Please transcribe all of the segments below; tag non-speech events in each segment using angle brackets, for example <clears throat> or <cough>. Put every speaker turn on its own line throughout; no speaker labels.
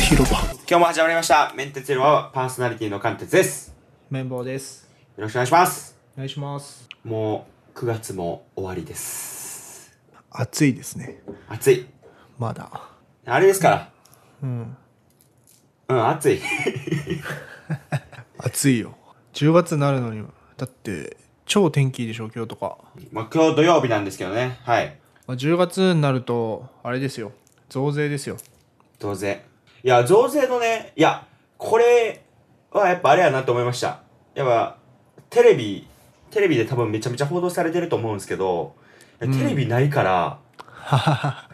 広場
今日も始まりました。メンテツルはパーソナリティの貫徹です。
綿棒です。
よろしくお願いします。
お願いします。
もう9月も終わりです。
暑いですね
暑い。
まだ
あれですか
うん
ら。うん、暑い。 <laughs>
暑いよ10月になるのにだって超天気いいでしょ今日とか、
まあ今日土曜日なんですけどね。はい。
まあ、10月になるとあれですよ増税ですよ
増税。いや、増税のね、いや、これはやっぱあれやなと思いました。やっぱ、テレビ、テレビで多分めちゃめちゃ報道されてると思うんですけど、テ
ん
レビないから、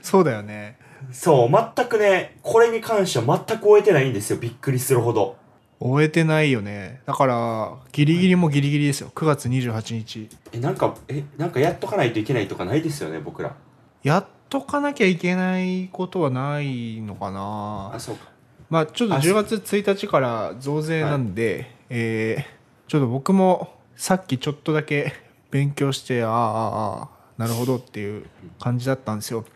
そうだよね
そう、全くね、これに関しては全く終えてないんですよ。びっくりするほど。
終えてないよねだからギリギリもギリギリですよ9月28日
え、なんか、え、なんかやっとかないといけないとかないですよね、僕ら。
やっとかなきゃいけないことはないのか
あ、
な
そうか。
まあちょっと
あ
10月1日から増税なんで、えーちょっと僕もさっきちょっとだけ <laughs> 勉強してあーあーあーなるほどっていう感じだったんですよ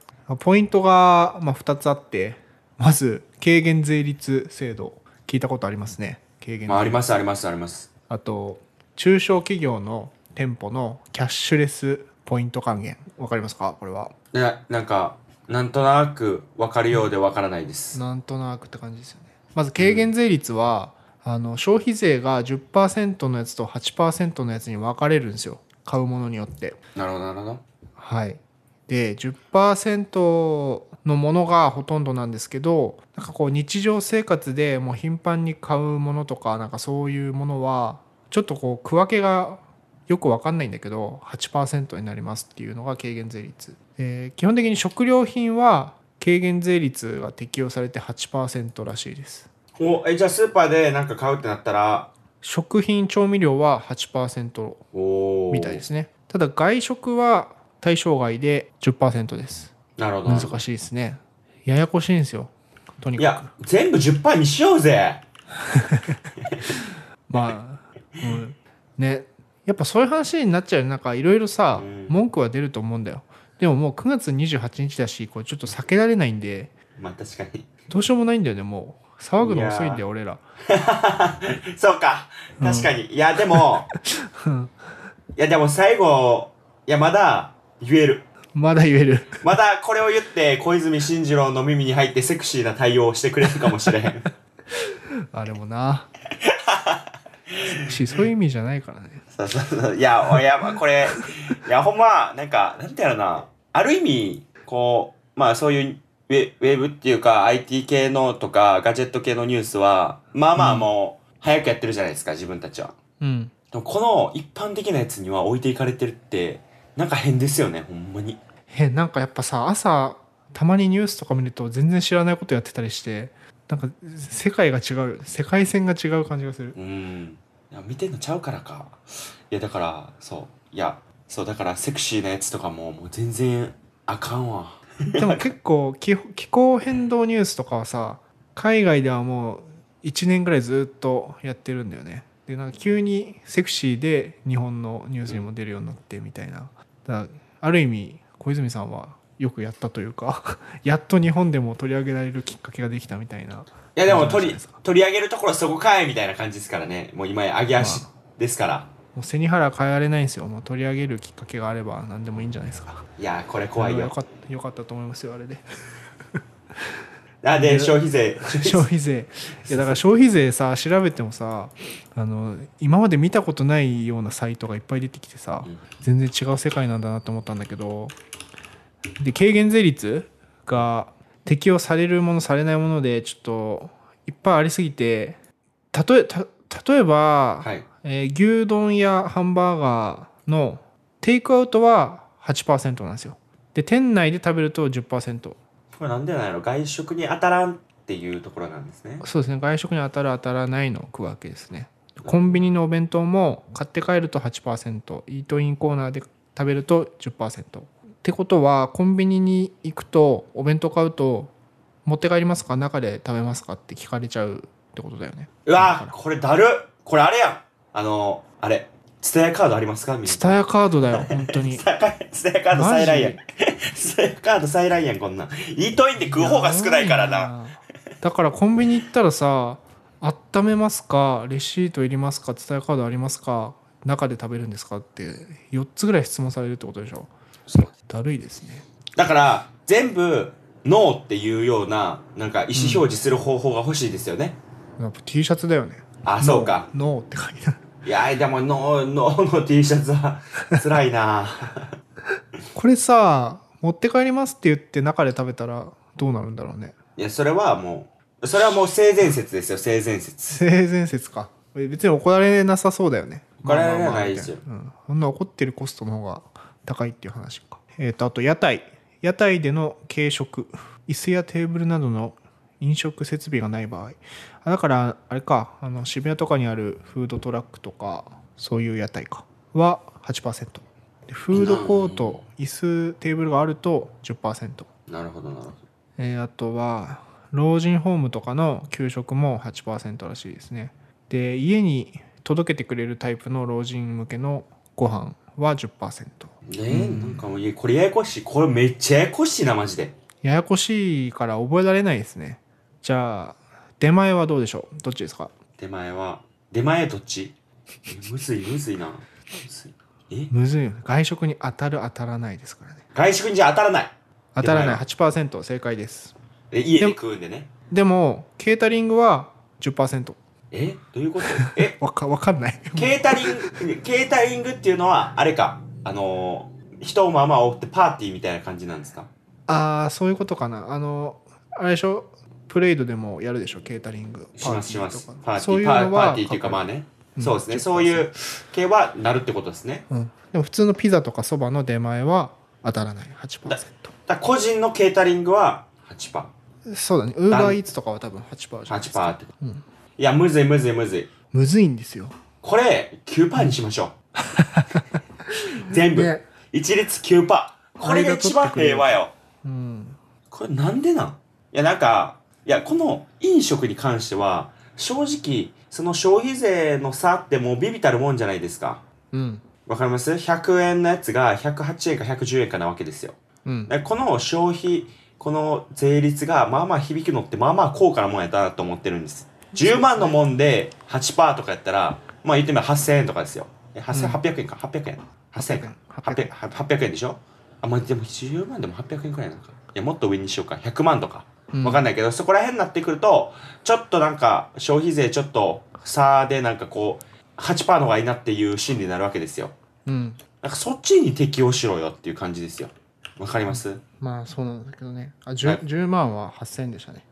ポイントが、まあ、2つあってまず軽減税率制度聞いたことありますね軽減税
まあ、あります、あります、あります。
あと中小企業の店舗のキャッシュレスポイント還元わかりますかこれは
な、なんか、なんとなく分かるようで分からないです。
なんとなくって感じですよねまず軽減税率は、あの消費税が10%のやつと8%のやつに分かれるんですよ買うものによって
なるほど、なるほど。
はいで10%のものがほとんどなんですけどなんかこう日常生活でもう頻繁に買うものとかなんかそういうものはちょっとこう区分けがよく分かんないんだけど8%になりますっていうのが軽減税率、えー基本的に食料品は軽減税率が適用されて8%らしいです
お、え、じゃあスーパーでなんか買うってなったら、
食品調味料は8%
おー
みたいですねただ外食は対象外で10%です
なるほど。
難しいですねややこしいんですよとに
い
か
や、全部10%にしようぜ
くまあ、うん、ねやっぱそういう話になっちゃうよなんかいろいろさ
うん
文句は出ると思うんだよでももう9月28日だしこれちょっと避けられないんで
まあ確かに。 <laughs>
どうしようもないんだよねもう騒ぐの遅いんだ
いや
よ俺ら
そうか。確かに。いや、でも、いや、でも最後、いや、まだ言える。
まだ言える
まだこれを言って、小泉進次郎の耳に入ってセクシーな対応をしてくれるかもしれへん。
あれもなしそういう意味じゃないからね
そうそうそう。いや、おいや、まあ、これ、いや、ほんま、なんか、なんてやろな。ある意味、こう、まあ、そういうウェウェブっていうか、IT 系のとか、ガジェット系のニュースは、まあまあもう、早くやってるじゃないですか、自分たちは。
うん
でもこの一般的なやつには置いていかれてるって、なんか変ですよね、ほんまに。
えなんかやっぱさ朝たまにニュースとか見ると全然知らないことやってたりしてなんか世界が違うよね世界線が違う感じがする
うん。いや見てんのちゃうからか。いや、だから、そう。いや、そう、だから、セクシーなやつとかも、もう全然、あかんわ。
でも結構気候気候変動ニュースとかはさ海外ではもう1年ぐらいずっとやってるんだよねでなんか急にセクシーで日本のニュースにも出るようになってみたいなだからある意味小泉さんはよくやったというか <laughs> やっと日本でも取り上げられるきっかけができたみたいない
やでも
そう
取
じゃない
り
ですか
取り上げるところそこかいみたいな感じですからねもう今や上げ足
ま
ですから、
もう背に腹変えられないんですよもう取り上げるきっかけがあれば何でもいいんじゃないですか
いやーこれ
<laughs>
怖い
よ
よ
かったよかったと思いますよあれで
あで消費税
消費税いやだから消費税さ調べてもさあの今まで見たことないようなサイトがいっぱい出てきてさ
うん
全然違う世界なんだなと思ったんだけどで軽減税率が適用されるものされないものでちょっといっぱいありすぎて例えた例えば、
はい
えー牛丼やハンバーガーのテイクアウトは8%なんですよで店内で食べると10%
これなんでなんやろ外食に当たらんっていうところなんですね
そうですね外食に当たる当たらないのを食うわけですねコンビニのお弁当も買って帰ると8%イートインコーナーで食べると10%ってことはコンビニに行くとお弁当買うと持って帰りますか中で食べますかって聞かれちゃうってことだよね
うわーこれだるこれあれやんあのー、あれツタヤカードありますかみんな
スタヤカードだよ本当に
ツタヤカツタヤカード再来やん
マ
ツタヤカード再来やんこんなんイートインで食う方が少ないからな
やばいだからコンビニ行ったらさ温めますかレシートいりますか伝えカードありますか中で食べるんですかって4つぐらい質問されるってことでしょ
そう
だるいですね
だから、全部、ノーっていうような、なんか意思表示する方法が欲しいですよね。
やっぱ T シャツだよね
あ、そうか。
ノーって書いてある
いやー、でも、ノー、ノーの <laughs> T シャツは、辛い <laughs> な
これさ持って帰りますって言って中で食べたらどうなるんだろうね
いや、それはもう、それはもう性善説ですよ、性善説。
性善説か別に怒られなさそうだよね
怒ら
まあ
れ
まあまあ
ないですよ
みたなうん、そんな怒ってるコストの方が高いっていう話かえっ、とあと屋台屋台での軽食椅子やテーブルなどの飲食設備がない場合あだからあれかあの渋谷とかにあるフードトラックとかそういう屋台かは8%でフードコート椅子テーブルがあると10%
なるほど、なるほど。
えーあとは老人ホームとかの給食も8%らしいですねで家に届けてくれるタイプの老人向けのご飯は10%
ねえ、なんかもういや、これややこしい。これめっちゃややこしいな、マジで。
ややこしいから覚えられないですねじゃあ出前はどうでしょうどっちですか
出前は、出前どっちえむずい、むずいな。むずいえ
むずいよね外食に当たる当たらないですからね
外食にじゃ当たらない。
当たら
出
ない
前は
8%正解です
え家で食うんでね。
でもケータリングは10%
えどういうことえ
わかわかんない
ケータリング、ケータリングっていうのは、あれか。あのー、人をまあまあ追ってパーティーみたいな感じなんですか
ああそういうことかなあのあれでしょプレイドでもやるでしょケータリング
しますします。パーテ
そ
ィ
う
ー、
いう
パー
の
パ
は
ーティーっていうかまあね。
うん
そうですね。
10%
そういう系はなるってことですね。
うん、でも普通のピザとかそばの出前は当たらない
だ
8%
だから個人のケータリングは8%パ
そうだねウーバーイーツとかは多分8%じゃ
ー。
ないです
8%
か
パーってこと。
うん
いや、むずいむずいむずい。
むずいんですよ
これ、9%パーにしましょ
<laughs>
う。全部。
ね
一律9%パー。これが一番平和よ。
うん
これなんでなんいや、なんか、いや、この飲食に関しては、正直、その消費税の差ってもうビビたるもんじゃないですか。
うん
わかります ?100 円のやつが108円か110円かなわけですよ。
うん
だからこの消費、この税率がまあまあ響くのってまあまあ高価なもんやったなと思ってるんです。10万のもんで8%とかやったら、まあ言ってみれば8000円とかですよ。え8000 800円か ?800 円 ?8000 円か
800
800, 800円でしょあ、まあでも10万でも800円くらいなのか。いや、もっと上にしようか。100万とか。
うん
わかんないけど、そこら辺になってくると、ちょっとなんか消費税ちょっと差でなんかこう、8%の方がいいなっていう心理になるわけですよ。
うん
なんかそっちに適応しろよっていう感じですよ。わかります
まあそうなんだけどねあ
はい
10, 10万は8000円でしたね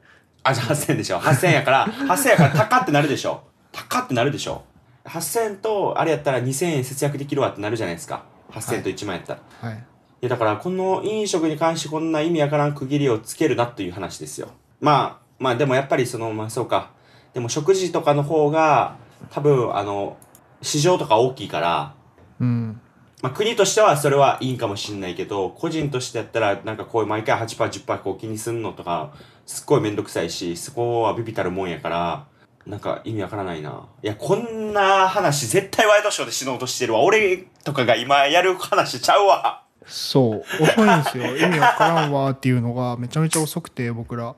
あ、じゃあ8000円でしょ。8000円やから、8000円やから高ってなるでしょ。高ってなるでしょ。8000円と、あれやったら2000円節約できるわってなるじゃないですか。8000円と1万円やったら。い、
はい
や、だからこの飲食に関してこんな意味わからん区切りをつけるなという話ですよ。まあ、まあでもやっぱりその、まあそうか。でも食事とかの方が、多分、あの、市場とか大きいから、
うん
まあ、国としてはそれはいいんかもしれないけど、個人としてやったら、なんかこういう毎回8%、10%こう気にすんのとか、すっごいめんどくさいし、そこはビビたるもんやから、なんか意味わからないな。いや、こんな話絶対ワイドショーで死のうとしてるわ。俺とかが今やる話ちゃうわ。
そう遅いんです
<laughs>
よ意味わからんわーっていうのがめちゃめちゃ遅くて僕ら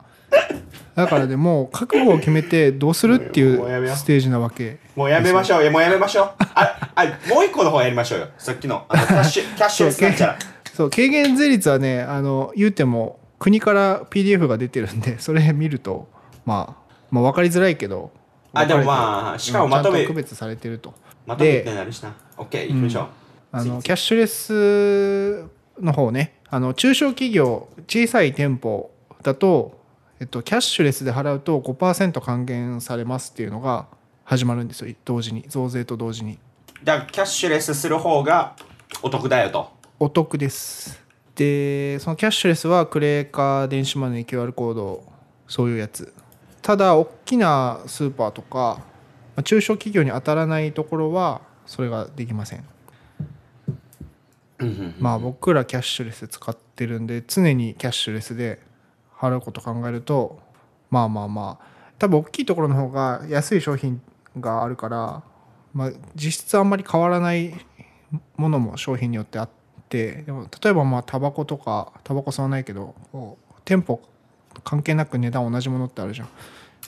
だからでもう覚悟を決めてどうするってい
もうやめよ
う
う
ステージなわけ
もうやめま <laughs> しょう。いや、もうやめましょう。あ、あ、もう一個の方やりましょうよ。さっきの、あの、キャッシ <laughs> ュ、キャッシュレスなんちゃら。
そう軽減税率はねあの言うても国から PDF が出てるんでそれ見ると、まあ、まあ分かりづらいけど
あ、でも
あ
まあ、しかもまとめ、
区別されてると
まとめってなるしな。オッケー、行きましょう。
あ
次
のキャッシュレスの方ねあの中小企業小さい店舗だと、えっと、キャッシュレスで払うと5%還元されますっていうのが始まるんですよ同時に増税と同時に
だからキャッシュレスする方がお得だよと。
お得ですでそのキャッシュレスはクレーか電子マネー QR コードそういうやつただ大きなスーパーとかまあ中小企業に当たらないところはそれができませんまあ僕らキャッシュレス使ってるんで常にキャッシュレスで払うこと考えるとまあまあまあ多分大きいところの方が安い商品があるから、まあ、実質あんまり変わらないものも商品によってあってでも例えばまあタバコとかタバコ吸わないけどこう店舗関係なく値段同じものってあるじゃん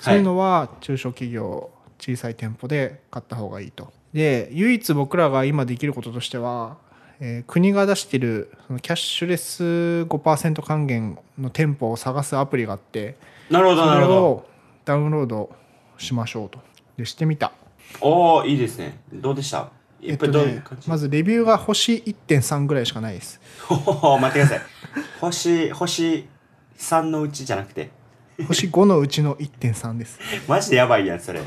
そういうのは中小企業小さい店舗で買った方がいいとで唯一僕らが今できることとしては、えー国が出してるそのキャッシュレス5%還元の店舗を探すアプリがあって
なるほ
そ
ど、な
れ
るほど。
をダウンロードしましょうとでしてみた
おおいいですね。どうでしたや
え
っ
っと
ぱりどういう
ね
感じ、 <laughs>
まずレビューが星1.3ぐらいしかないです
ほほほ待ってください。星、星3のうちじゃなくて。
星5のうちの1.3です
マジでやばいやん、それ。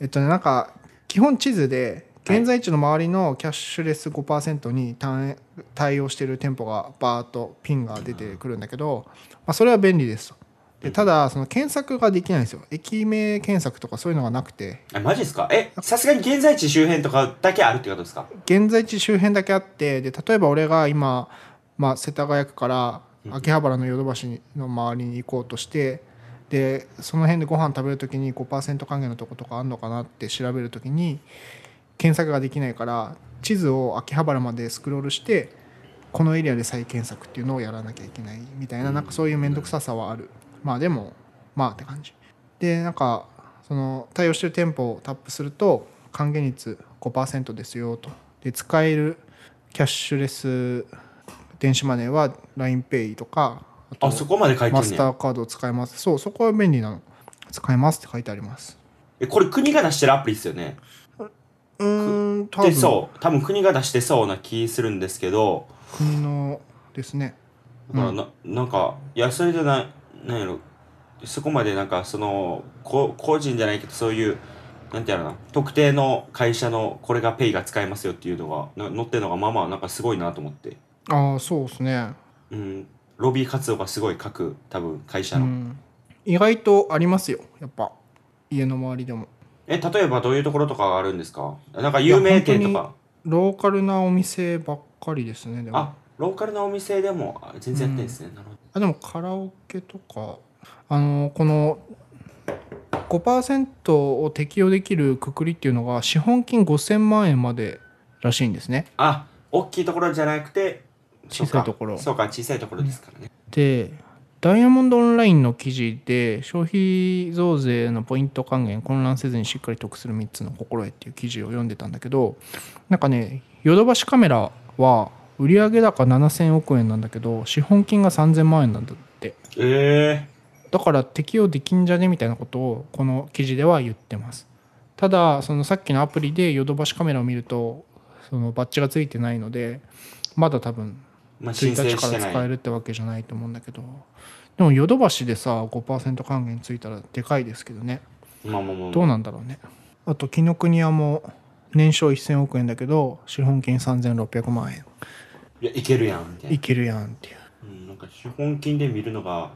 えっとねなんか基本地図で現在地の周りのキャッシュレス5%に対対応している店舗がバーっとピンが出てくるんだけど、まあ、それは便利ですとでただその検索ができないんですよ駅名検索とかそういうのがなくて
あマジですかえ、さすがに現在地周辺とかだけあるってことですか
現在地周辺だけあってで例えば俺が今、まあ、世田谷区から秋葉原のヨドバシにの周りに行こうとしてでその辺でご飯食べる時に5%還元のとことかあんのかなって調べる時に検索ができないから地図を秋葉原までスクロールしてこのエリアで再検索っていうのをやらなきゃいけないみたいななんかそういう面倒くささはあるまあでもまあって感じでなんかその対応してる店舗をタップすると還元率5%ですよとで使えるキャッシュレス電子マネーは LINEPay とかあと
あ、そこまで書いて
マ
る
ス
ね
タ
ん
ーカードを使えますそうそこは便利なの使えますって書いてあります
え、これ国が出してるアプリですよね。
うーん多
で、
分
そう。多分国が出してそうな気するんですけど、
国のですね
だからな、なんか、いや、それじゃない、なんやろ、そこまでなんか、その、こ個人じゃないけど、そういう、なんてやろな、特定の会社のこれがペイが使えますよっていうのが、な載ってるのが、まあまあ、なんかすごいなと思って。
ああそうですね
うん、ロビー活動がすごい各、多分会社
う
の。
ん意外とありますよやっぱ家の周りでも
え、例えばどういうところとかがあるんですかなんか有名店と
いや
か。
ローカルなお店ばっかりですねでも
あ、ローカルなお店でもあ全然やってんですね。なるほど。
あでもカラオケとかあのこの5%を適用できるくくりっていうのが資本金5,000万円までらしいんですね。
あ、大きいところじゃなくて、
小さいところ
そうか、そうか小さいところですからね。
でダイヤモンドオンラインの記事で消費増税のポイント還元混乱せずにしっかり得する3つの心得っていう記事を読んでたんだけどなんかねヨドバシカメラは売上高7,000億円なんだけど資本金が3,000万円なんだって
え
だから適用できんじゃねみたいなことをこの記事では言ってますただそのさっきのアプリでヨドバシカメラを見るとそのバッジがついてないのでまだ多分
ー、まあ、申
1
請
日か
して
ら
な
使
い
え。るってわけじゃないと思うんだけどでもヨドバシでさ5%還元ついたらでかいですけどね
まあまあまあまあ
どうなんだろうねあと紀ノ国屋も年商1000億円だけど資本金3600万円
いや、いけるやん、みたい
い
な。
けるやんっていう
うん、なんか資本金で見るのが、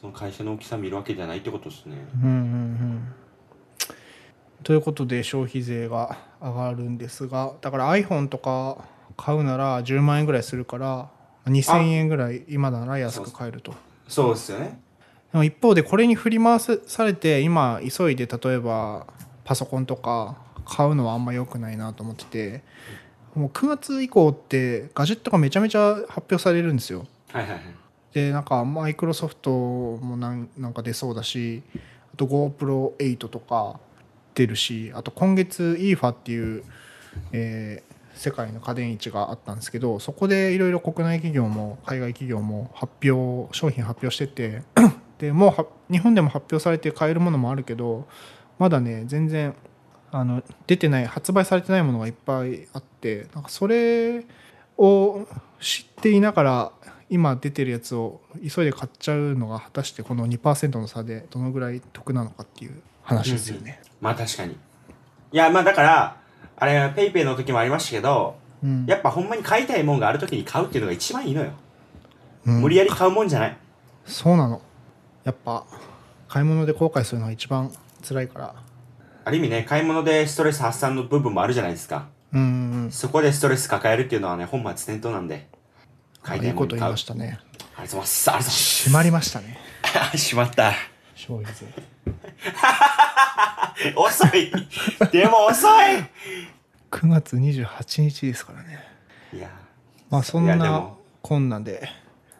その会社の大きさ見るわけじゃないってことですね。
うんうんうんということで消費税が上がるんですがだから iPhone とか買うなら10万円ぐらいするから2000円ぐらい今なら安く買えると
そうですよね。
でも一方でこれに振り回されて今急いで例えばパソコンとか買うのはあんま良くないなと思っててもう9月以降ってガジェットがめちゃめちゃ発表されるんですよ
はいはいはい。
でなんかマイクロソフトもなんなんか出そうだしあと GoPro8 とか出るしあと今月 EFA っていう、えー世界の家電市があったんですけどそこでいろいろ国内企業も海外企業も発表商品発表してて <clears throat> でもうは日本でも発表されて買えるものもあるけどまだね全然あの出てない発売されてないものがいっぱいあってなんかそれを知っていながら今出てるやつを急いで買っちゃうのが果たしてこの2%の差でどのぐらい得なのかっていう話ですよね。
まあ確かに。いや、まあだから、あれ、ペイペイの時もありましたけど、
うん
やっぱほんまに買いたいもんがある時に買うっていうのが一番いいのよ。
うん
無理やり買うもんじゃない。
そうなのやっぱ買い物で後悔するのが一番辛いから
ある意味ね、買い物でストレス発散の部分もあるじゃないですか。
うんうん
そこでストレス抱えるっていうのはね、本末転倒なんで。
あ
買い
い
たい
い
も
こ
ん
と
買
言いま
う。ありがと
したね
うございます。ありがとうございます。
決まりましたね
あしまった。
消費税
<laughs> 遅い。でも遅
9月28日ですからね
い。いや、
まあそん
いやで
な
も
こんなんで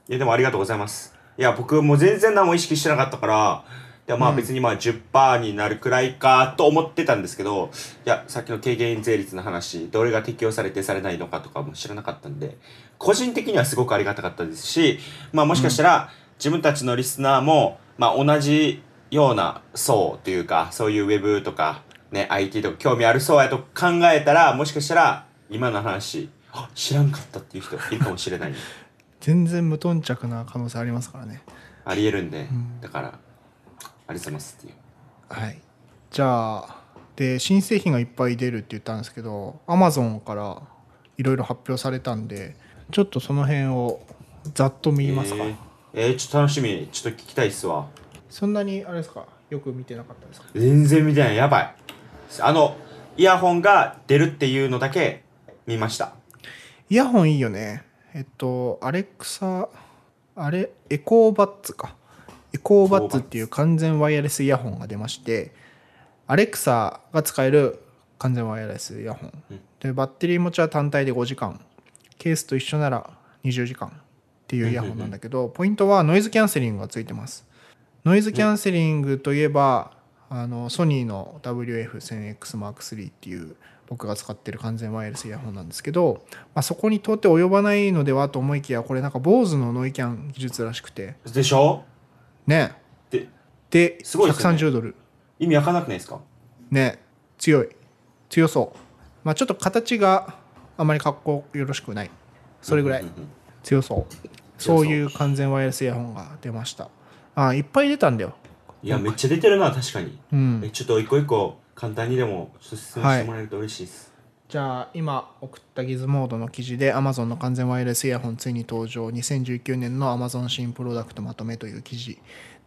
いやでもありがとうございます。いや、僕もう全然何も意識してなかったから、でまあ別にまあ10%になるくらいかと思ってたんですけど、いや、さっきの軽減税率の話、どれが適用されてされないのかとかも知らなかったんで、個人的にはすごくありがたかったですし、まあもしかしたら自分たちのリスナーも、まあ同じような層というか、そういうウェブとか、ね、IT とか興味ある層やと考えたら、もしかしたら今の話、あ知らんかったっていう人いるかもしれない。
全然無頓着な可能性ありますからね
ありえるんで、だから、ありがとうございますっていう。
はいじゃあで新製品がいっぱい出るって言ったんですけど Amazon からいろいろ発表されたんでちょっとその辺をざっと見ますか、
えーえーちょっと楽しみ。ちょっと聞きたいっすわ。
そんなにあれですかよく見てなかったですか
全然見てない。やばい。あの、イヤホンが出るっていうのだけ見ました。
イヤホンいいよねえっとアレクサあれエコーバッツかエコーバッツっていう完全ワイヤレスイヤホンが出ましてアレクサが使える完全ワイヤレスイヤホン、でバッテリー持ちは単体で5時間ケースと一緒なら20時間っていうイヤホンなんだけど、ポイントはノイズキャンセリングがついてますノイズキャンセリングといえば、あのソニーの WF1000XM3 っていう僕が使ってる完全ワイヤレスイヤホンなんですけど、まあ、そこに到底及ばないのではと思いきやこれなんか BOSE のノイキャン技術らしくて
でしょ
ね
で
です
ごいですね
130ドル
意味わかんなくないですか
ね強い強そうまあちょっと形があまり格好よろしくないそれぐらい
うんうんうん
強そう
強そ
そ
う
ういう完全ワイヤレスイヤホンが出ましたあいっぱい出たんだよ
いや、めっちゃ出てるな、確かに。
うん
えちょっと一個一個簡単にでもちょっと説明してもらえると嬉しいです。
じゃあ今送ったギズモードの記事で Amazon の完全ワイヤレスイヤホンついに登場2019年の Amazon 新プロダクトまとめという記事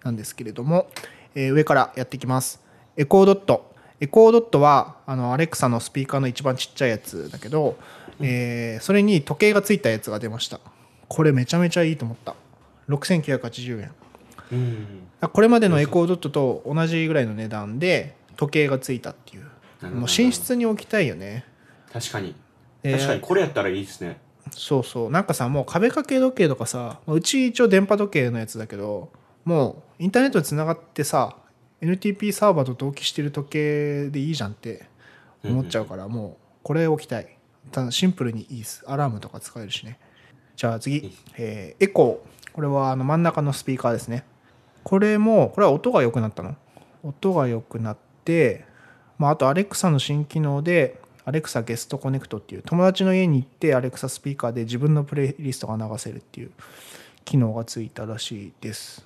なんですけれども、えー上からやっていきますエコードットエコードットはあの Alexa のスピーカーの一番ちっちゃいやつだけど、えーそれに時計がついたやつが出ましたこれめちゃめちゃいいと思った6980円
うん。
これまでのエコードットと同じぐらいの値段で時計がついたっていう
なるほど
もう寝室に置きたいよね
確かに。
えー
確かに、これやったらいいですね。
そうそうなんかさもう壁掛け時計とかさうち一応電波時計のやつだけどもうインターネットでつながってさ NTP サーバーと同期してる時計でいいじゃんって思っちゃうから、もうこれ置きたいただシンプルにいいですアラームとか使えるしねじゃあ次、えーエコーこれはあの真ん中のスピーカーですねこれもこれは音が良くなったの音が良くなって、まあ、あと Alexa の新機能で Alexa ゲストコネクトっていう友達の家に行って Alexa スピーカーで自分のプレイリストが流せるっていう機能がついたらしいです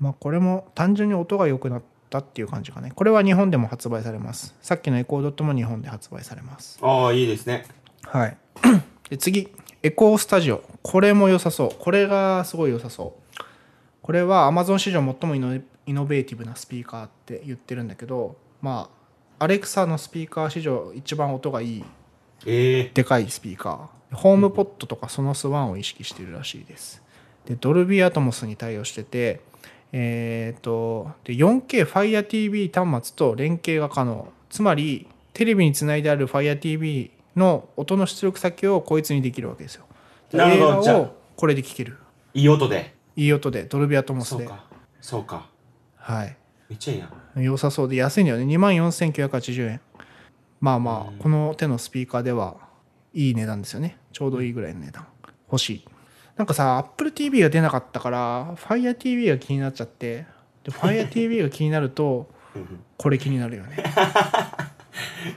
まあこれも単純に音が良くなったっていう感じかねこれは日本でも発売されますさっきのエコードットも日本で発売されます
ああ、いいですね。
はい <clears throat> で次エコースタジオこれも良さそうこれがすごい良さそうこれは Amazon 史上最もイノイノベーティブなスピーカーって言ってるんだけどまあ Alexa のスピーカー史上一番音がいい
ええ
でかいスピーカーホームポットとかそのスワンを意識してるらしいですでドルビーアトモスに対応しててえっ、とで 4K Fire TV 端末と連携が可能つまりテレビにつないである Fire TV の音の出力先をこいつにできるわけですよで
なる
映
ほど
画
じゃあ
をこれで聴ける
いい音で。
いい音でドルビーアトモス
そう
で
か。そうか。
はい
めっちゃいいな。
良さそうで安いんだよね2万4980円まあま
うん
あこの手のスピーカーではいい値段ですよねちょうどいいぐらいの値段欲しいなんかさ AppleTV が出なかったから FireTV が気になっちゃってで
<laughs>
FireTV が気になるとこれ気になるよね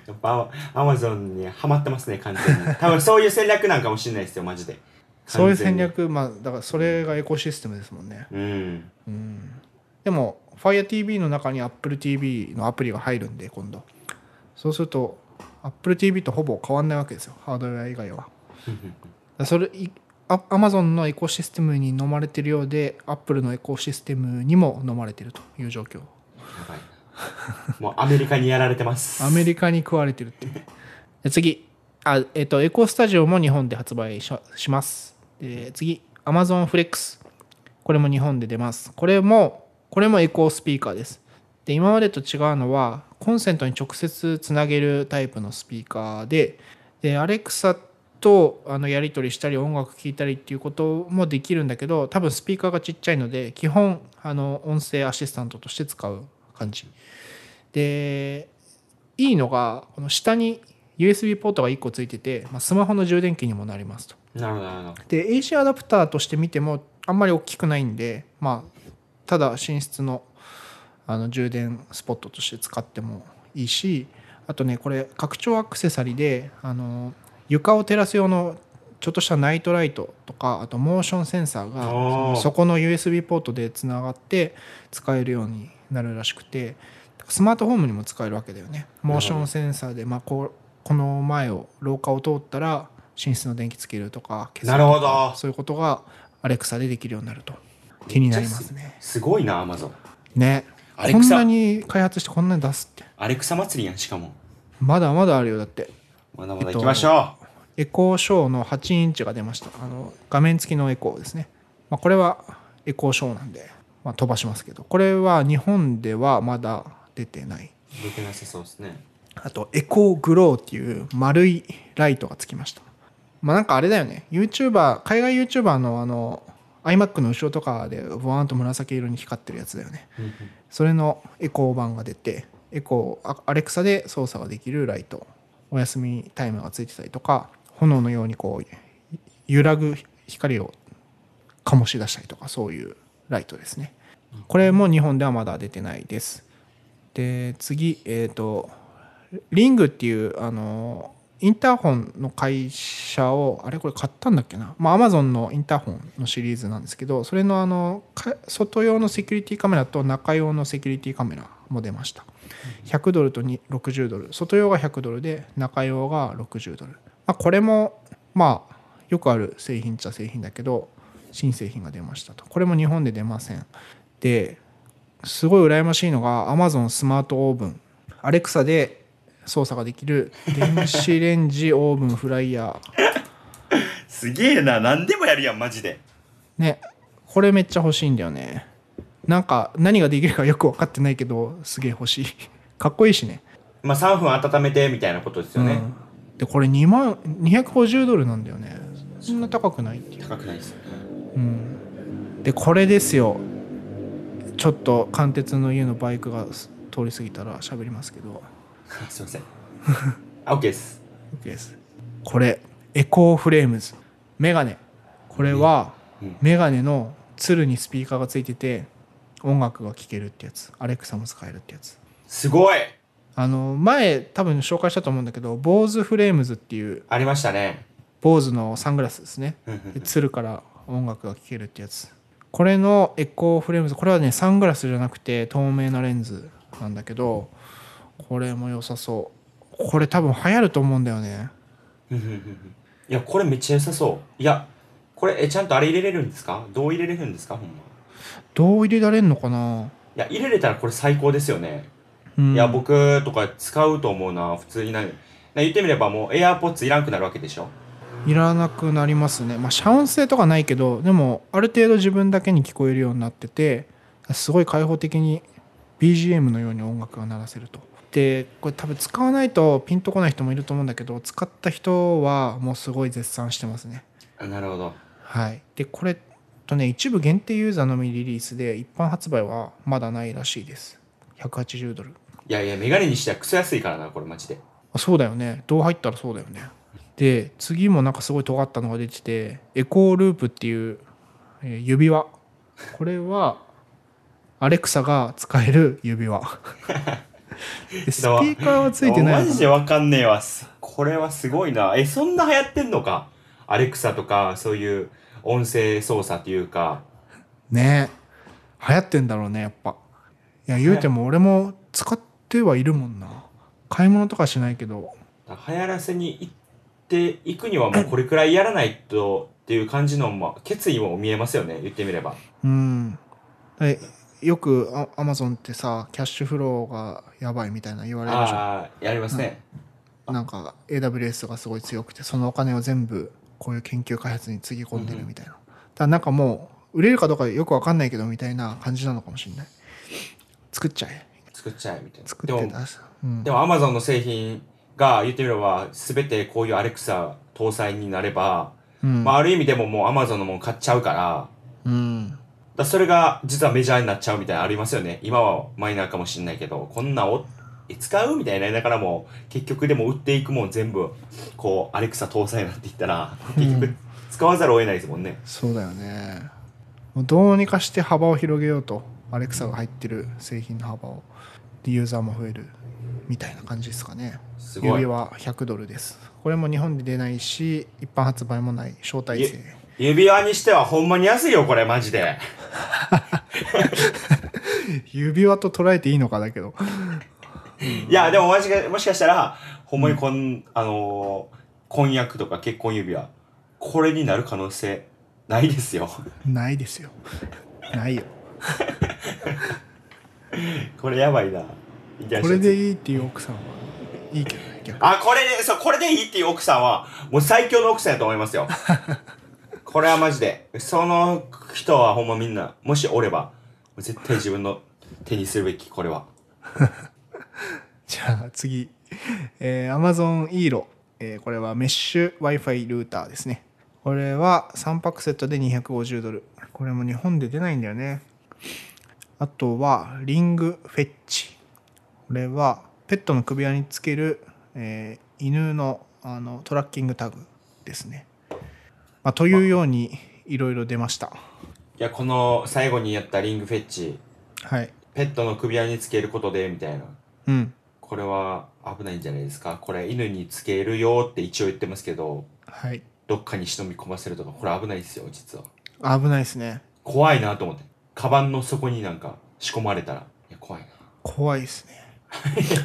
やっぱアマゾンにハマってますね、完
<laughs>
全に。多分そういう戦略なんかもしれないですよ、マジで。
そういう戦
完
略まあだからそれがエコシステムですもんね
全に。うん。 <laughs>
でも FireTV の中に AppleTV のアプリが入るんで今度そうすると AppleTV とほぼ変わんないわけですよハードウェア以外はそれいアアマゾンのエコシステムに飲まれてるようでアップルのエコシステムにも飲まれてるという状況
やばいな。もうアメリカにやられてます。
アメリカに食われてるっていうね <laughs> で次あ、えっとエコスタジオも日本で発売ししますで次 Amazon フレックスこれも日本で出ますこれもこれもエコースピーカーですで今までと違うのはコンセントに直接つなげるタイプのスピーカーでで Alexa ととあのやり取りしたり音楽聴いたりっていうこともできるんだけど多分スピーカーがちっちゃいので基本あの音声アシスタントとして使う感じでいいのがこの下に USB ポートが1個ついてて、まあ、スマホの充電器にもなりますと
なるほど、なるほど。
で AC アダプターとして見てもあんまり大きくないんでまあただ寝室のあの充電スポットとして使ってもいいしあとねこれ拡張アクセサリーであの床を照らす用のちょっとしたナイトライトとかあとモーションセンサーが
おー
そこの USB ポートでつながって使えるようになるらしくてスマートフォームにも使えるわけだよねモーションセンサーで、まあ、こうこの前を廊下を通ったら寝室の電気つけるとか消すとか
なるほど
そういうことがアレクサでできるようになると気になりますね
すごいな、アマゾン。
ね
アレ
こ
ク
ん
サ
なに開発してこんなに出すって
アレクサ祭りやん、しかも。
まだまだあるよだって
まだまだ行きましょう。
エコーショーの8インチが出ましたあの画面付きのエコーですね、まあ、これはエコーショーなんで、まあ、飛ばしますけどこれは日本ではまだ出てない
出てなさそうで
<laughs>
すね。
あとエコーグローっていう丸いライトがつきましたまあなんかあれだよね YouTuber 海外 YouTuber のあの iMac の後ろとかでボワーンと紫色に光ってるやつだよね
うんうん
それのエコー版が出てエコーあアレクサで操作ができるライトお休みタイマーがついてたりとか炎のようにこうゆ揺らぐ光を醸し出したりとかそういうライトですねこれも日本ではまだ出てないですで次えっ、とリングっていうあのインターホンの会社をあれこれ買ったんだっけなまあアマゾンのインターホンのシリーズなんですけどそれのあのか外用のセキュリティカメラと中用のセキュリティカメラも出ました100ドルとに60ドル外用が100ドルで中用が60ドル、まあ、これもまあよくある製品っちゃ製品だけど新製品が出ましたとこれも日本で出ませんですごい羨ましいのが Amazon スマートオーブンアレクサで操作ができる電子レンジ <laughs> オーブンフライヤー
すげえな、何でもやるやん、マジで。
ねこれめっちゃ欲しいんだよねなんか何ができるかよく分かってないけどすげえ欲しいかっこいいしね
まあ、3分温めてみたいなことですよね。
うんでこれ2万250ドルなんだよねそんな高くないっていう、
高くないです <laughs> よね。
うん、でこれですよちょっと貫徹の家のバイクが通り過ぎたら喋りますけど
あすいません。あ、OK です。
OK ですこれエコーフレームズメガネこれは
うん
メガネのつるにスピーカーがついてて音楽が聴けるってやつアレクサも使えるってやつ
すごい
あの前多分紹介したと思うんだけど BOSE フレームズっていう
ありましたね。
BOSE のサングラスですね
うんうんう
で
ん
鶴から音楽が聴けるってやつこれのエコーフレームズこれはねサングラスじゃなくて透明なレンズなんだけどこれも良さそうこれ多分流行ると思うんだよね
うんうんうんうんいや、これめっちゃ良さそう。いや、これ、え、ちゃんとあれ入れれるんですかどう入れれるんですかほんま。
どう入れられんのかない
や、入れれたらこれ最高ですよね。
うん
いや、僕とか使うと思うな、普通になる。な言ってみればもう AirPods いらんくなるわけでしょ
いらなくなりますねまあ遮音性とかないけどでもある程度自分だけに聞こえるようになっててすごい開放的に BGM のように音楽が鳴らせるとでこれ多分使わないとピンとこない人もいると思うんだけど使った人はもうすごい絶賛してますね
あなるほど。
はいでこれとね一部限定ユーザーのみリリースで一般発売はまだないらしいです180ドル
いやいや、メガネにしてはクソ安いからな、これマジで。
あそうだよねどう入ったらそうだよねで次もなんかすごい尖ったのが出ててエコーループっていう、えー指輪これはアレクサが使える指
<laughs>
輪でスピーカーはついてな
あ
い
マ
の
ジ
か
で
な
わかんねえわ。すこれはすごいな。え、そんな流行ってんのかアレクサとか、そういう音声操作というか。
ねえ流行ってんだろうねやっぱいや言うても俺も使ってはいるもんな買い物とかしないけど
流行らせに行っていくにはもうこれくらいやらないとっていう感じの、まあ、決意も見えますよね言ってみれば
うん、えよくアアマゾンってさキャッシュフローがやばいみたいな言われるでしょ
ああやりますね、
なんか AWS がすごい強くてそのお金を全部こういう研究開発につぎ込んでるみたいな、だからなんかもう売れるかどうかよくわかんないけどみたいな感じなのかもしれない作っちゃえ
作っちゃえみたいな
作って
でも
出す、うん
でも Amazon の製品が言ってみれば全てこういうアレクサ搭載になれば、
うん
まあ、ある意味でももう Amazon のもの買っちゃうからだか
うん
らそれが実はメジャーになっちゃうみたいなのありますよね今はマイナーかもしれないけどこんなおえ使うみたいになりながらも結局でも売っていくもん全部こうアレクサ搭載になっていったら結
う
局
ん
使わざるを得ないですもんね。
そうだよねもうどうにかして幅を広げようとアレクサが入ってる製品の幅をでユーザーも増えるみたいな感じですかね
すごい
指輪100ドルですこれも日本で出ないし一般発売もない招待制
指輪にしてはほんまに安いよこれマジで。
指輪と捉えていいのかだけど
いや、でももしかもしかしたら、ほんまにこん、あのー婚約とか結婚指輪、これになる可能性ないですよ。
ないですよないよ
これやばいな。いや
これでいいっていう奥さんはいいけどね逆に
あ、これで、そう、これでいいっていう奥さんは、もう最強の奥さんやと思い <laughs> ますよ。これはマジで。その人はほんまみんな、もしおれば、絶対自分の手にするべき、これは。
じゃあ次、えー、Amazon イーロ、えーこれはメッシュ Wi-Fi ルーターですねこれは3パックセットで250ドルこれも日本で出ないんだよねあとはリングフェッチこれはペットの首輪につける、えー犬のあのトラッキングタグですね、まあ、というようにいろいろ出ました
いや、この最後にやったリングフェッチ、
はい
ペットの首輪につけることで、みたいな。
うん
これは危ないんじゃないですかこれ犬につけるよって一応言ってますけど
はい
どっかに忍び込ませるとかこれ危ないですよ実は
危ないですね
怖いなと思ってカバンの底になんか仕込まれたらいや怖いな
怖いです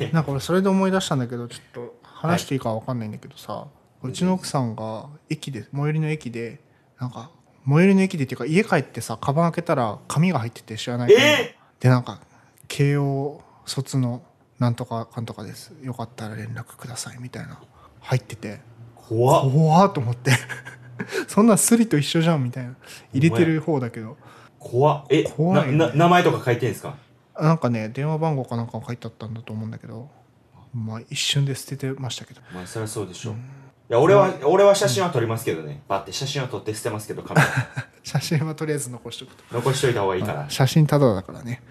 ねなんか俺それで思い出したんだけどちょっと話していいか分かんないんだけどさ、うちの奥さんが駅で最寄りの駅でなんか最寄りの駅でっていうか家帰ってさカバン開けたら紙が入ってて知らない紙が
え
でなんか慶応卒のなんとかかんとかですよかったら連絡くださいみたいな入ってて
怖っ
怖っと思って <laughs> そんなんスリと一緒じゃんみたいな入れてる方だけど
怖っえ
怖いね
なな名前とか書いてんですか
なんかね電話番号かなんかが書いてあったんだと思うんだけどまあ一瞬で捨ててましたけど <laughs>
まあそりゃそうでしょ、ういや俺は俺は写真は撮りますけどねバッて写真は撮って捨てますけどカメラ
<laughs> 写真はとりあえず残しておくと
残しといた方がいいから
写真ただだからね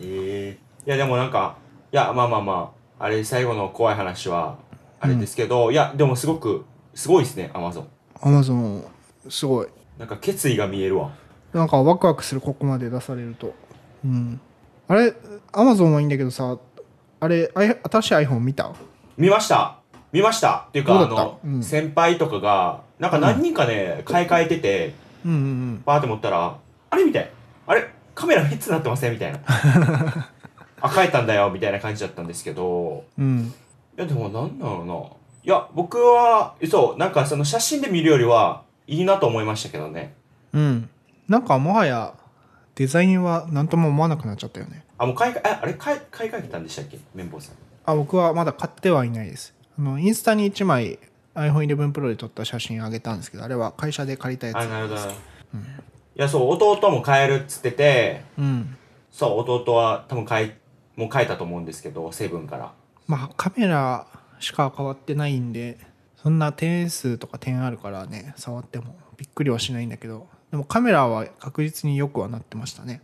ええいやでもなんかいやまあまあまああれ最後の怖い話はあれですけど、いやでもすごくすごいですねアマゾン
Amazon すごい
なんか決意が見えるわ。
なんかワクワクするここまで出されるとうんあれ Amazon はいいんだけどさあれあい新しい iPhone 見た
見ました見ましたっていうか、
ど
あ
うだった
の、
うん
先輩とかが、なんか何人かね、買い替えてて、
うんうん
バーって持ったら、あれみたい。あれカメラ3つなってませんみたい
<laughs>
な。あ、変えたんだよみたいな感じだったんですけど、
うんうん
いやでもなんだろうな。いや、僕は、そう、なんかその写真で見るよりは、いいなと思いましたけどね。
うんなんかもはやデザインは何とも思わなくなっちゃったよね
あ、もう買い替え、ああれ買い買い替えたんでしたっけ綿棒さん。
あ僕はまだ買ってはいないですあのインスタに1枚 iPhone11Pro で撮った写真あげたんですけどあれは会社で借りたや
あ、
つ
なるほど。いや、そう、弟も買えるっつってて、
うん
そう、弟は多分変え、もう変えたと思うんですけど、セブンから。
まあカメラしか変わってないんでそんな点数とか点あるからね触ってもびっくりはしないんだけどでもカメラは確実によくはなってましたね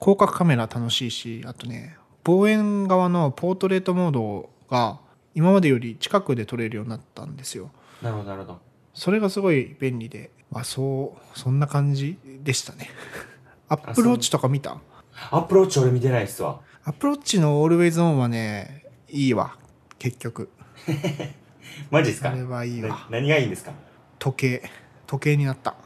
広角カメラ楽しいしあとね望遠側のポートレートモードが今までより近くで撮れるようになったんですよ
なるほど、なるほど。
それがすごい便利で、まあ、そうそんな感じでしたねアップローチとか見た
アプローチ俺見てないっすわ。
アップローチのオールウェイズオンはねいいわ結局
マジっすか
あれはいいわ
な何がいいんですか
時計時計になった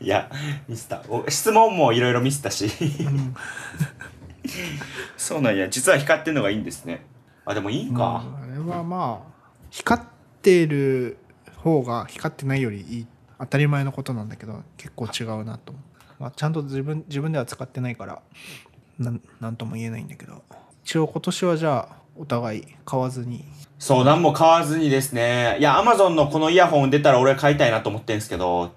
いや、ミスった。お質問もいろいろミスったし。そうなんや、実は光ってんのがいいんですね。あ、でもいいんか。
うんあれはまあ光ってる方が光ってないよりいい当たり前のことなんだけど結構違うなと思う、まあ、ちゃんと自分自分では使ってないからなんなんとも言えないんだけど一応今年はじゃあお互い買わずに
そう、何も買わずにですね。いや、アマゾンのこのイヤホン出たら俺買いたいなと思ってんすけど、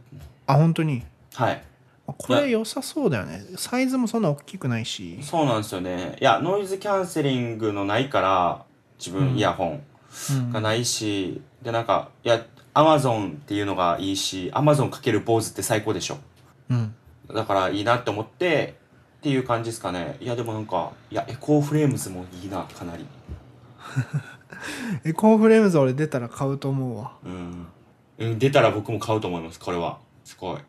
あ本当に
はい。
これ良さそうだよねサイズもそんな大きくないし
そうなんですよね。いや、ノイズキャンセリングのないから、自
うん
分イヤホン
うん
がないし、で、なんか、いや、アマゾンっていうのがいいし、アマゾンかける坊主って最高でしょ。
うん
だからいいなって思って、っていう感じですかね。いや、でもなんか、いや、エコーフレームズもいいな、かなり。
エコーフレームズ俺出たら買うと思うわ
うん。うん、出たら僕も買うと思います、これは。すごい。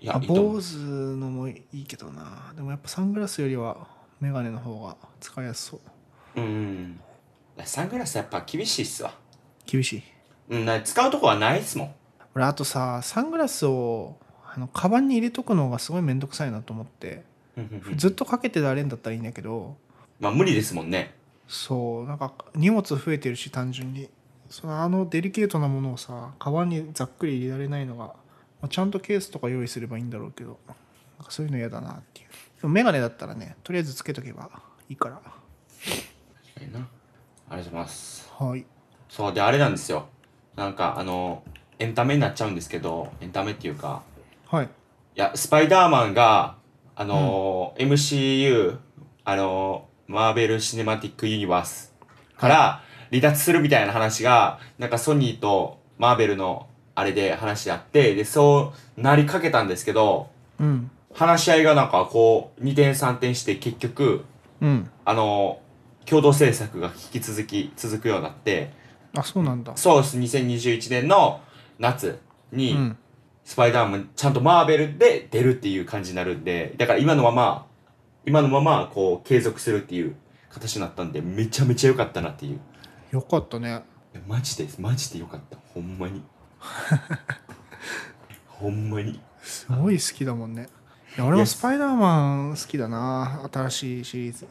いや
あ、
いいと思う
坊主のもいいけどなでもやっぱサングラスよりはメガネの方が使いやすそう
うんうん。サングラスやっぱ厳しいっすわ。
厳しい
うん、な使うとこはないっすもん。
俺あとさサングラスをあのカバンに入れとくのがすごい面倒くさいなと思って
うんうんうん
ずっとかけてられんだったらいいんだけど
まあ無理ですもんね。
そうなんか荷物増えてるし単純にそのあのデリケートなものをさカバンにざっくり入れられないのが、まあ、ちゃんとケースとか用意すればいいんだろうけどなんかそういうの嫌だなっていうでもメガネだったらねとりあえずつけとけばいいから
確かにな。ありがとうございます。
はい
そう、で、あれなんですよ。なんか、あの、エンタメになっちゃうんですけど、エンタメっていうか、
はい
いや、スパイダーマンが、あのー MCU、あのーマーベル・シネマティック・ユニバースから離脱するみたいな話が、なんかソニーとマーベルのあれで話し合って、で、そうなりかけたんですけど、
うん
話し合いがなんかこう、二点三点して結局、
うん
あのー共同制作が引き続き続くようになって、
あそうなんだ
そうです、2021年の夏に、
うん
スパイダーマンちゃんとマーベルで出るっていう感じになるんで、だから今のまま、今のままこう継続するっていう形になったんで、めちゃめちゃ良かったなっていう。
よかったね
マジで、マジで良かった。ほんまに。ほんまに。
すごい好きだもんねいや俺もスパイダーマン好きだな新しいシリーズ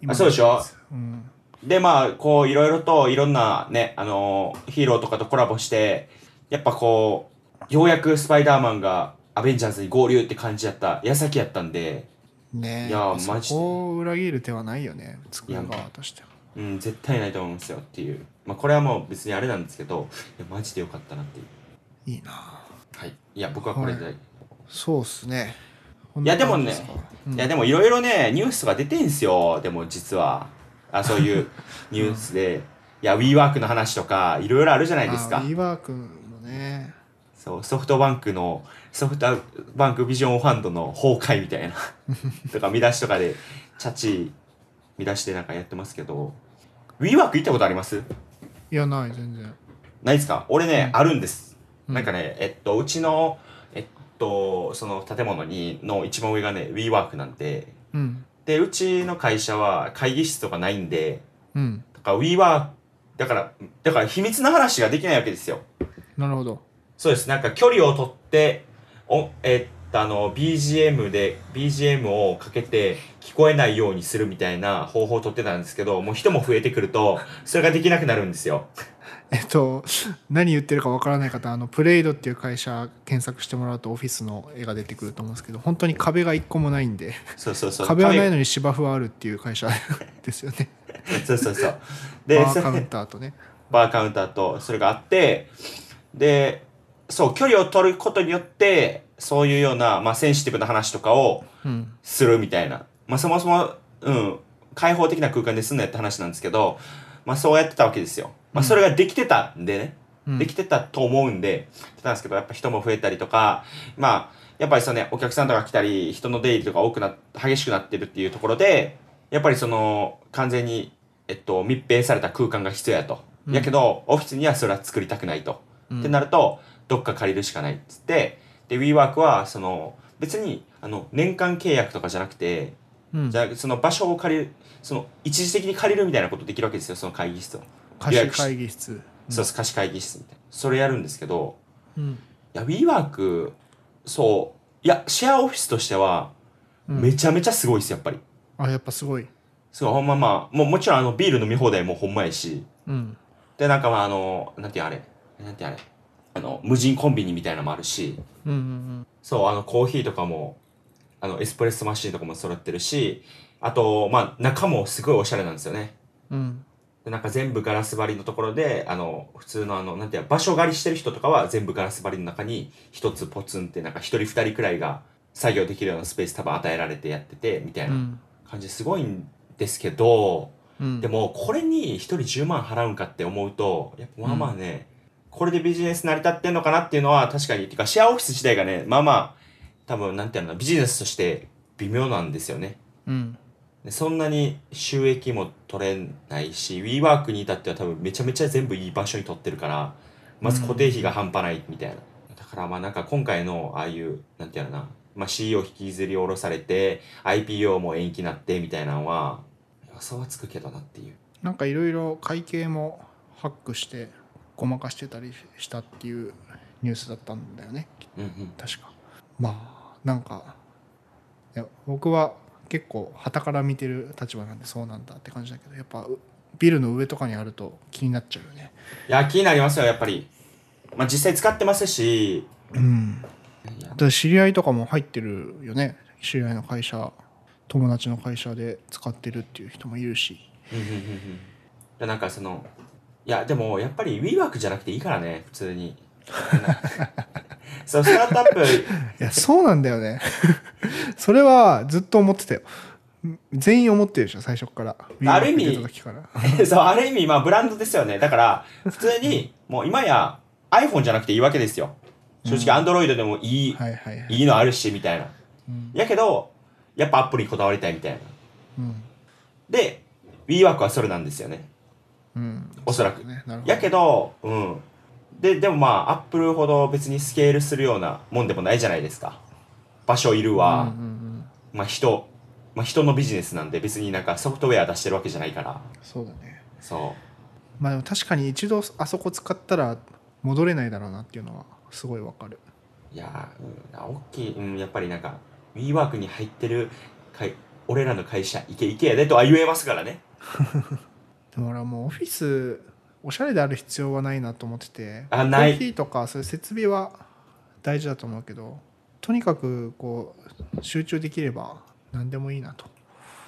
今の
そうでしょ
シリーズうん
で、まあ、こういろいろといろんなね、あのーヒーローとかとコラボして、やっぱこう、ようやくスパイダーマンがアベンジャーズに合流って感じやった、矢先やったんで、
ねえ
いや
そ
マジで
こを裏切る手はないよね作る側としては
うん、絶対ないと思うんですよっていう。まあ、これはもう別にあれなんですけど、いや、マジでよかったなっていう。
いいな
はい。いや、僕はこれで。、
はいそうっすね
いやでもね
い
や、
やで
でもいろいろね、ニュースが出てんすよ。でも実は。あ、そういう <laughs> ニュースで。いや、WeWork の話とか、いろいろあるじゃないですか。
リワー君もね
そう、ソフトバンクの、ソフトバンクビジョンファンドの崩壊みた <laughs> いな。とか、見出しとかで、チャチ、見出しでなんかやってますけど。WeWork 行ったことあります
いやない全然
ないですか俺ね、あるんです。
うん
なんかね、えっと、うちの、えっと、その建物に、の一番上がね、WeWork なんで、
うん
で、うちの会社は会議室とかないんで、
うん
だから WeWork、だから、だから秘密の話ができないわけですよ。
なるほど
そうです。なんか距離を取って、おえっと、あの、BGM で、BGM をかけて聞こえないようにするみたいな方法を取ってたんですけど、もう人も増えてくると、それができなくなるんですよ。
えっと <laughs> 何言ってるかわからない方あのプレイドっていう会社検索してもらうとオフィスの絵が出てくると思うんですけど本当に壁が一個もないんで
そうそうそう。
壁はない
の
のに芝生はあるっていう会社 <laughs> ですよね
そうそうそう。で、
バー
そ
カウ
れ
ンターとね
バーカウンターとそれがあってでそう距離を取ることによってそういうような、まあ、センシティブな話とかを
うん
するみたいな、まあ、そもそも、うん、開放的な空間ですんなよって話なんですけど、まあ、そうやってたわけですよ、まあ、それができてたんでね、
うん
できてたと思うんで、てたんですけど、やっぱ人も増えたりとか、まあ、やっぱりそのね、お客さんとか来たり、人の出入りとか多くなっ、激しくなってるっていうところで、やっぱりその、完全に、えっと、密閉された空間が必要やと。
うん
やけど、オフィスにはそれは作りたくないと。
うん
ってなると、どっか借りるしかないっつって、で、WeWork は、その、別に、あの、年間契約とかじゃなくて、
うん
じゃなくその場所を借りる、その、一時的に借りるみたいなことできるわけですよ、その会議室を。
貸し会議室
そうです、貸し会議室みたいな。それやるんですけど、
うん
いや、WeWork、そう、いや、シェアオフィスとしては、
うん
めちゃめちゃすごいです、やっぱり。
あやっぱすごい
すごい、ほんままあ、もうもちろんあの、ビール飲み放題もほんまやし、
うん
で、なんかまあ、あの、なんていうあれ、なんていうあれ、あの、無人コンビニみたいなのもあるし、
うんうん
そう、あの、コーヒーとかも、あの、エスプレッソマシーンとかも揃ってるし、あと、まあ、中もすごいおしゃれなんですよね。
うんうん
でなんか全部ガラス張りのところで、あの、普通のあの、なんていうの場所借りしてる人とかは全部ガラス張りの中に一つポツンって、なんか一人二人くらいが作業できるようなスペース多分与えられてやってて、みたいうなん感じすごいんですけど、
うん
でもこれに一人10万払うんかって思うと、やっぱまあまあね、これでビジネス成り立ってんのかなっていうのは確かに、てかシェアオフィス自体がね、まあまあ、多分なんていうのかな、ビジネスとして微妙なんですよね。
うん
でそんなに収益も取れないし WeWork に至っては多分めちゃめちゃ全部いい場所に取ってるからまず固定費が半端ないみたいな、だからまあなんか今回のああいうなんていうのかな、まあ、CEO 引きずり下ろされて IPO も延期なってみたいなのは予想はつくけどなっていう
なんかいろいろ会計もハックしてごまかしてたりしたっていうニュースだったんだよね
うんうん
確かまあなんかいや僕は結構傍から見てる立場なんでそうなんだって感じだけどやっぱうビルの上とかにあると気になっちゃうよね
いや気になりますよやっぱりまあ実際使ってますし
うん
いや
で知り合いとかも入ってるよね知り合いの会社友達の会社で使ってるっていう人もいるし
うんうんうんうんでなんかそのいやでもやっぱり WeWork じゃなくていいからね普通にそうスタートアップ
いやそうなんだよねそれはずっと思ってたよ全員思ってるでしょ最初から
ある意味
見てた時から
<laughs> そう、ある意味、まあ、ブランドですよね。だから、普通に、もう今や iPhone じゃなくていいわけですよ。正直、Android でもいい、
はいはいはい
いのあるし、みたいな。
うん
やけど、やっぱアップルにこだわりたいみたいな。
うん
で、WeWork はそれなんですよね。
うん
おそら
そ
く
うだねなるほど
やけど、うん。で、でもまあ、アップルほど別にスケールするようなもんでもないじゃないですか。場所いる
うんう
わ、
んうん
まあ人、まあ人のビジネスなんで別になんかソフトウェア出してるわけじゃないから。
そうだね
そ
まあでも確かに一度あそこ使ったら戻れないだろうなっていうのはすごいわかる
う。いやー、うん、あ大きい、うん、やっぱりなんか、WeWork に入ってる会、俺らの会社、いけいけやでとは言えますからね。
でも俺はもうオフィスおしゃれである必要はないなと思ってて
あない
コーヒーとかそういう設備は大事だと思うけどとにかくこう集中できれば何でもいいなと、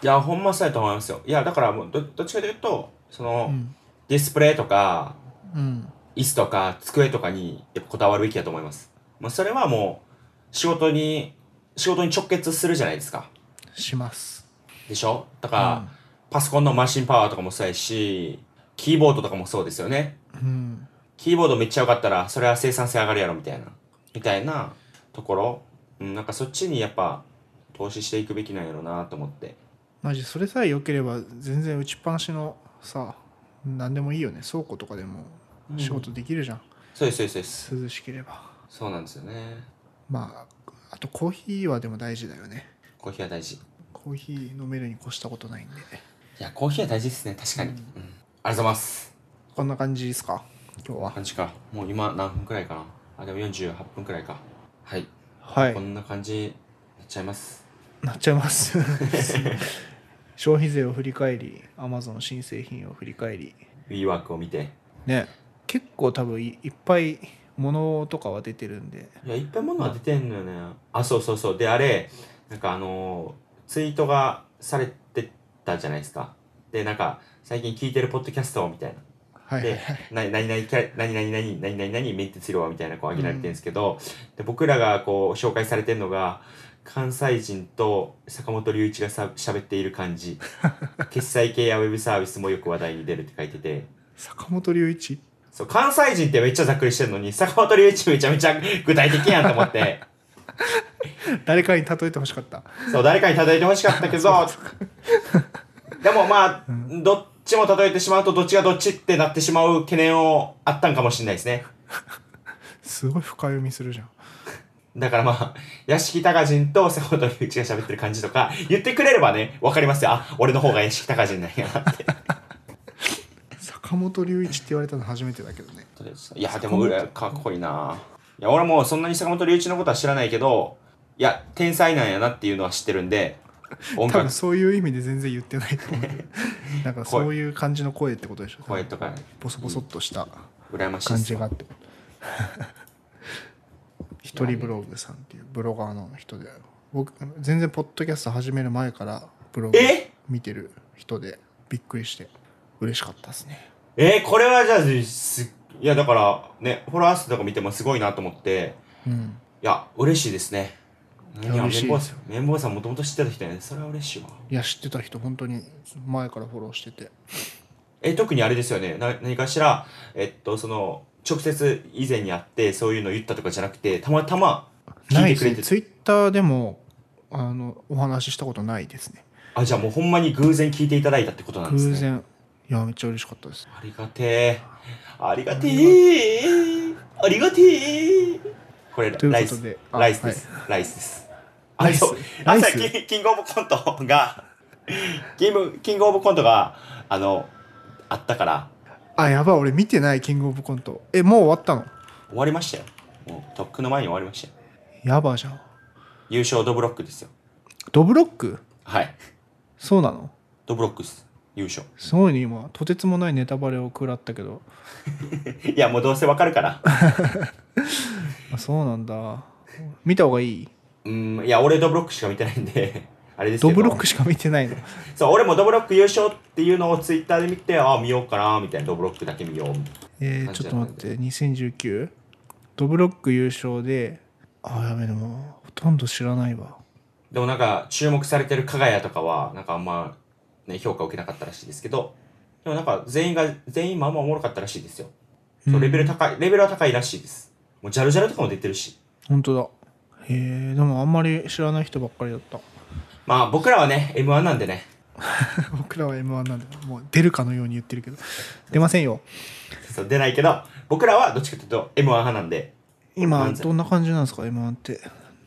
いや、ほんまそうやと思いますよ。いや、だからもうど、どっちかというと、そうの、
ん
ディスプレイとか、
うん、
椅子とか机とかにやっぱこだわるべきだと思います。まあ、それはもう仕事に、仕事に直結するじゃないですか。
します
でしょだから、パソコンのマシンパワーとかもそうやし、キーボードとかもそうですよね。
うん
キーボードめっちゃ良かったら、それは生産性上がるやろみたいな、みたいなところ。うん、なんかそっちにやっぱ投資していくべきなんやろうなと思って。
マジそれさえ良ければ全然打ちっぱなしのさ何でもいいよね倉庫とかでも
うん
仕事できるじゃん、
そうです、そうです、そうです。
涼しければ
そうなんですよね。
まああとコーヒーはでも大事だよね
コーヒーは大事。い
コーヒー飲めるに越したことないんで
や、コーヒーは大事ですね。確かに。うん。ありがとうございます。
こんな感じですか今日は
感じか。もう今何分くらいかな。あ、でも48分くらいか。はい。
はい
こんな感じになっちゃいます。
なっちゃいます <laughs> 消費税を振り返り Amazon 新製品を振り返り
WeWork を見て。
ね結構多分いいっぱい物とかは出てるんで
いや、いっぱいものは出てんのよね。あ、そうそうそう。で、あれ、なんかあのーツイートがされてたじゃないですか。で、なんか、最近聞いてるポッドキャストみたいな。
はいはい
で
はい、
な何々キャ何々何々何々何々メンテツロワみたいなこう挙げられてるんですけど、で僕らがこう紹介されてるのが関西人と坂本龍一がさ喋っている感
<laughs>
じ決済系やウェブサービスもよく話題に出るって書いてて
坂本龍一
そう関西人ってめっちゃざっくりしてるのに坂本龍一めちゃめちゃ具体的やんと思って
誰かに例えてほしかった
そう誰かに例えてほしか <laughs> ったけどでもまあ、どっちも例えてしまうとどっちがどっちってなってしまう懸念をあったんかもしれないですね。
すごい深読みするじゃん
だからまあ、屋敷隆人と坂本龍一が喋ってる感じとか、言ってくれればね、わかりますよ。あ、俺の方が屋敷隆人なんやなって。
坂本龍一って言われたの初めてだけどね
<laughs> いや、でも、うらかっこいいな。いや、俺もそんなに坂本龍一のことは知らないけど、いや、天才なんやなっていうのは知ってるんで、音
多
楽
分、そういう意味で全然言ってないと思うなんかそういう感じの声ってことでしょ
声とか、
ボソボソっとした
羨ましいっ
感
す
じ
よ
があってこと一人ブログさんっていうブロガーの人で僕全然ポッドキャスト始める前からブログ
え
見てる人でびっくりして嬉しかったですね
えーこれはじゃあ、す、いや、だから、ね、フォロワー数とか見てもすごいなと思って、
うん
いや、嬉しいですね。い
や
や、
嬉しい
綿棒さん、綿棒さんもともと知ってた人やね。それは嬉しいわ。
いや知ってた人本当に前からフォローしてて
え、特にあれですよね。な、何かしら、えっと、その、直接以前に会って、そういうの言ったとかじゃなくて、たまたま聞
ないい
てくれて
で
て
すツイッターでもあのお話ししたことないですね
あ、じゃあもうほんまに偶然聞いていただいたってことなんですね。
偶。然いやめっちゃ嬉しかったです
ありがてえ。ありがてえ。ありがてえ。これ、
という
ライ
こと
ス
で。あ
ライスです。ライスです。
ライス
あそうあそう
ライス
キンキングオブコントが、キングキングオブコントが、あの、あったから、
あやばい俺見てないキングオブコントえもう終わったの
終わりましたよ。もう、とっくの前に終わりましたよ。
やばじゃん
優勝ドブロックですよ。
ドブロック
はい。
そうなの
ドブロックです。優勝。
すごいね今とてつもないネタバレを食らったけど
いや、もうどうせわかるから。
あそうなんだ見た方がいいう
ーん、いや、俺ドブロックしか見てないんで、あれですけ
ド
ど。
ブロックしか見て
<laughs>
ないの
そう、俺もドブロック優勝っていうのをツイッターで見て、ああ、見ようかな、みたいな、ドブロックだけ見よう、みたい
えー、ちょっと待って2019ドブロック優勝であやべでもほとんど知らないわ
なでもなんか、注目されてる加賀谷とかは、なんかあんま、ね、評価受けなかったらしいですけど、でもなんか、全員が、全員まあまあおもろかったらしいですよ。そう、レベル高い、レベルは高いらしいです。もう、ジャルジャルとかも出てるし。
本当だへえでもあんまり知らない人ばっかりだった
まあ、僕らはね、M1 なんでね、
僕らは m 1なんでもう出るかのように言ってるけど出ませんよ
そう出ないけど、僕らはどっちかというと M1 派なんで、
今
漫才
どんな感じなんですか m 1って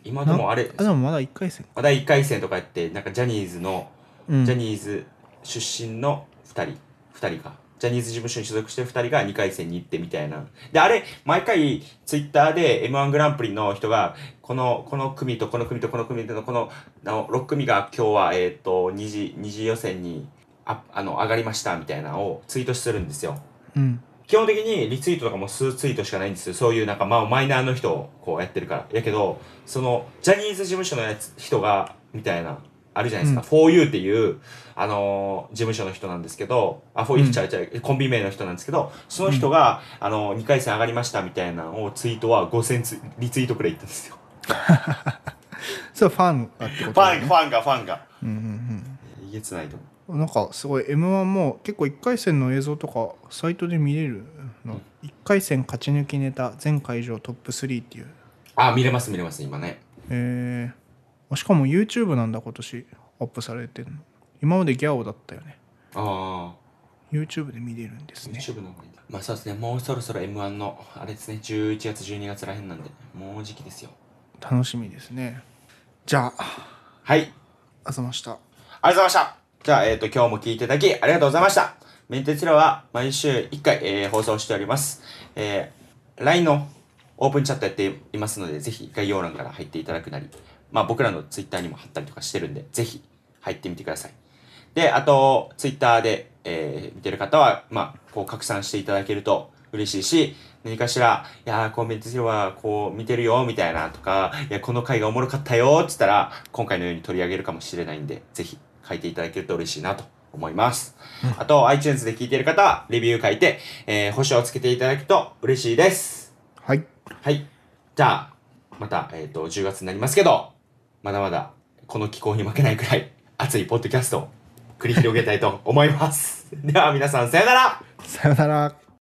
今でもあれ、
あでもまだ1回戦
まだ1回戦とかやって、なんかジャニーズの、
うん
ジャニーズ出身の2人、2人か。ジャニーズ事務所に所属してる2人が2回戦に行ってみたいな。で、あれ、毎回ツイッターで M1 グランプリの人が、この、この組とこの組とこの組とのこの、あの6組が今日は、えっ、と、2次、二次予選に、あ、あの、上がりましたみたいなのをツイートするんですよ。
うん
基本的にリツイートとかも数ツイートしかないんですよ。そういうなんか、まあ、マイナーの人をこうやってるから。やけど、その、ジャニーズ事務所のやつ、人が、みたいな、あるじゃないですか。4U っていう、あのー事務所の人なんですけど、あ、4U ちゃうちゃう、コンビ名の人なんですけど、その人が、あのー、2回戦上がりましたみたいなのをツイートは5000ツイリツイートくらい言ったんですよ。
それはファンがってこと
フ
だ
ァン、
よね
ファンが、ファンが。
うんうん
えげつないと思
う
う。
んなんかすごい m 1も結構1回戦の映像とかサイトで見れるの1回戦勝ち抜きネタ全会場トップ3っていう
あ、見れます見れます、今ね。
えー、しかも YouTube なんだ今年アップされてるの今までギャオだったよね
ああ。
YouTube で見れるんですね
YouTube の方がいいんだまあそうですねもうそろそろ M1 のあれですね11月12月らへんなんでもう時期ですよ
楽しみですねじゃあ
はい
あざました
ありがとうございましたじゃあえっ、と今日も聞いていただきありがとうございましたメンテツラは毎週1回、えー放送しておりますえー LINE のオープンチャットやっていますのでぜひ概要欄から入っていただくなりまあ僕らの Twitter にも貼ったりとかしてるんでぜひ入ってみてくださいで、あと、ツイッターで、えー見てる方は、まあ、こう、拡散していただけると嬉しいし、何かしら、いやー、コメントすれば、こう、見てるよ、みたいなとか、いや、この回がおもろかったよ、っつったら、今回のように取り上げるかもしれないんで、ぜひ、書いていただけると嬉しいなと思います。あと、iTunes で聞いてる方は、レビュー書いて、えー星をつけていただくと嬉しいです。
はい
はい。じゃあ、また、えっ、と、10月になりますけど、まだまだ、この気候に負けないくらい、熱いポッ <laughs> ドキャストを繰り広げたいと思います。では、皆さん、さよなら
さよなら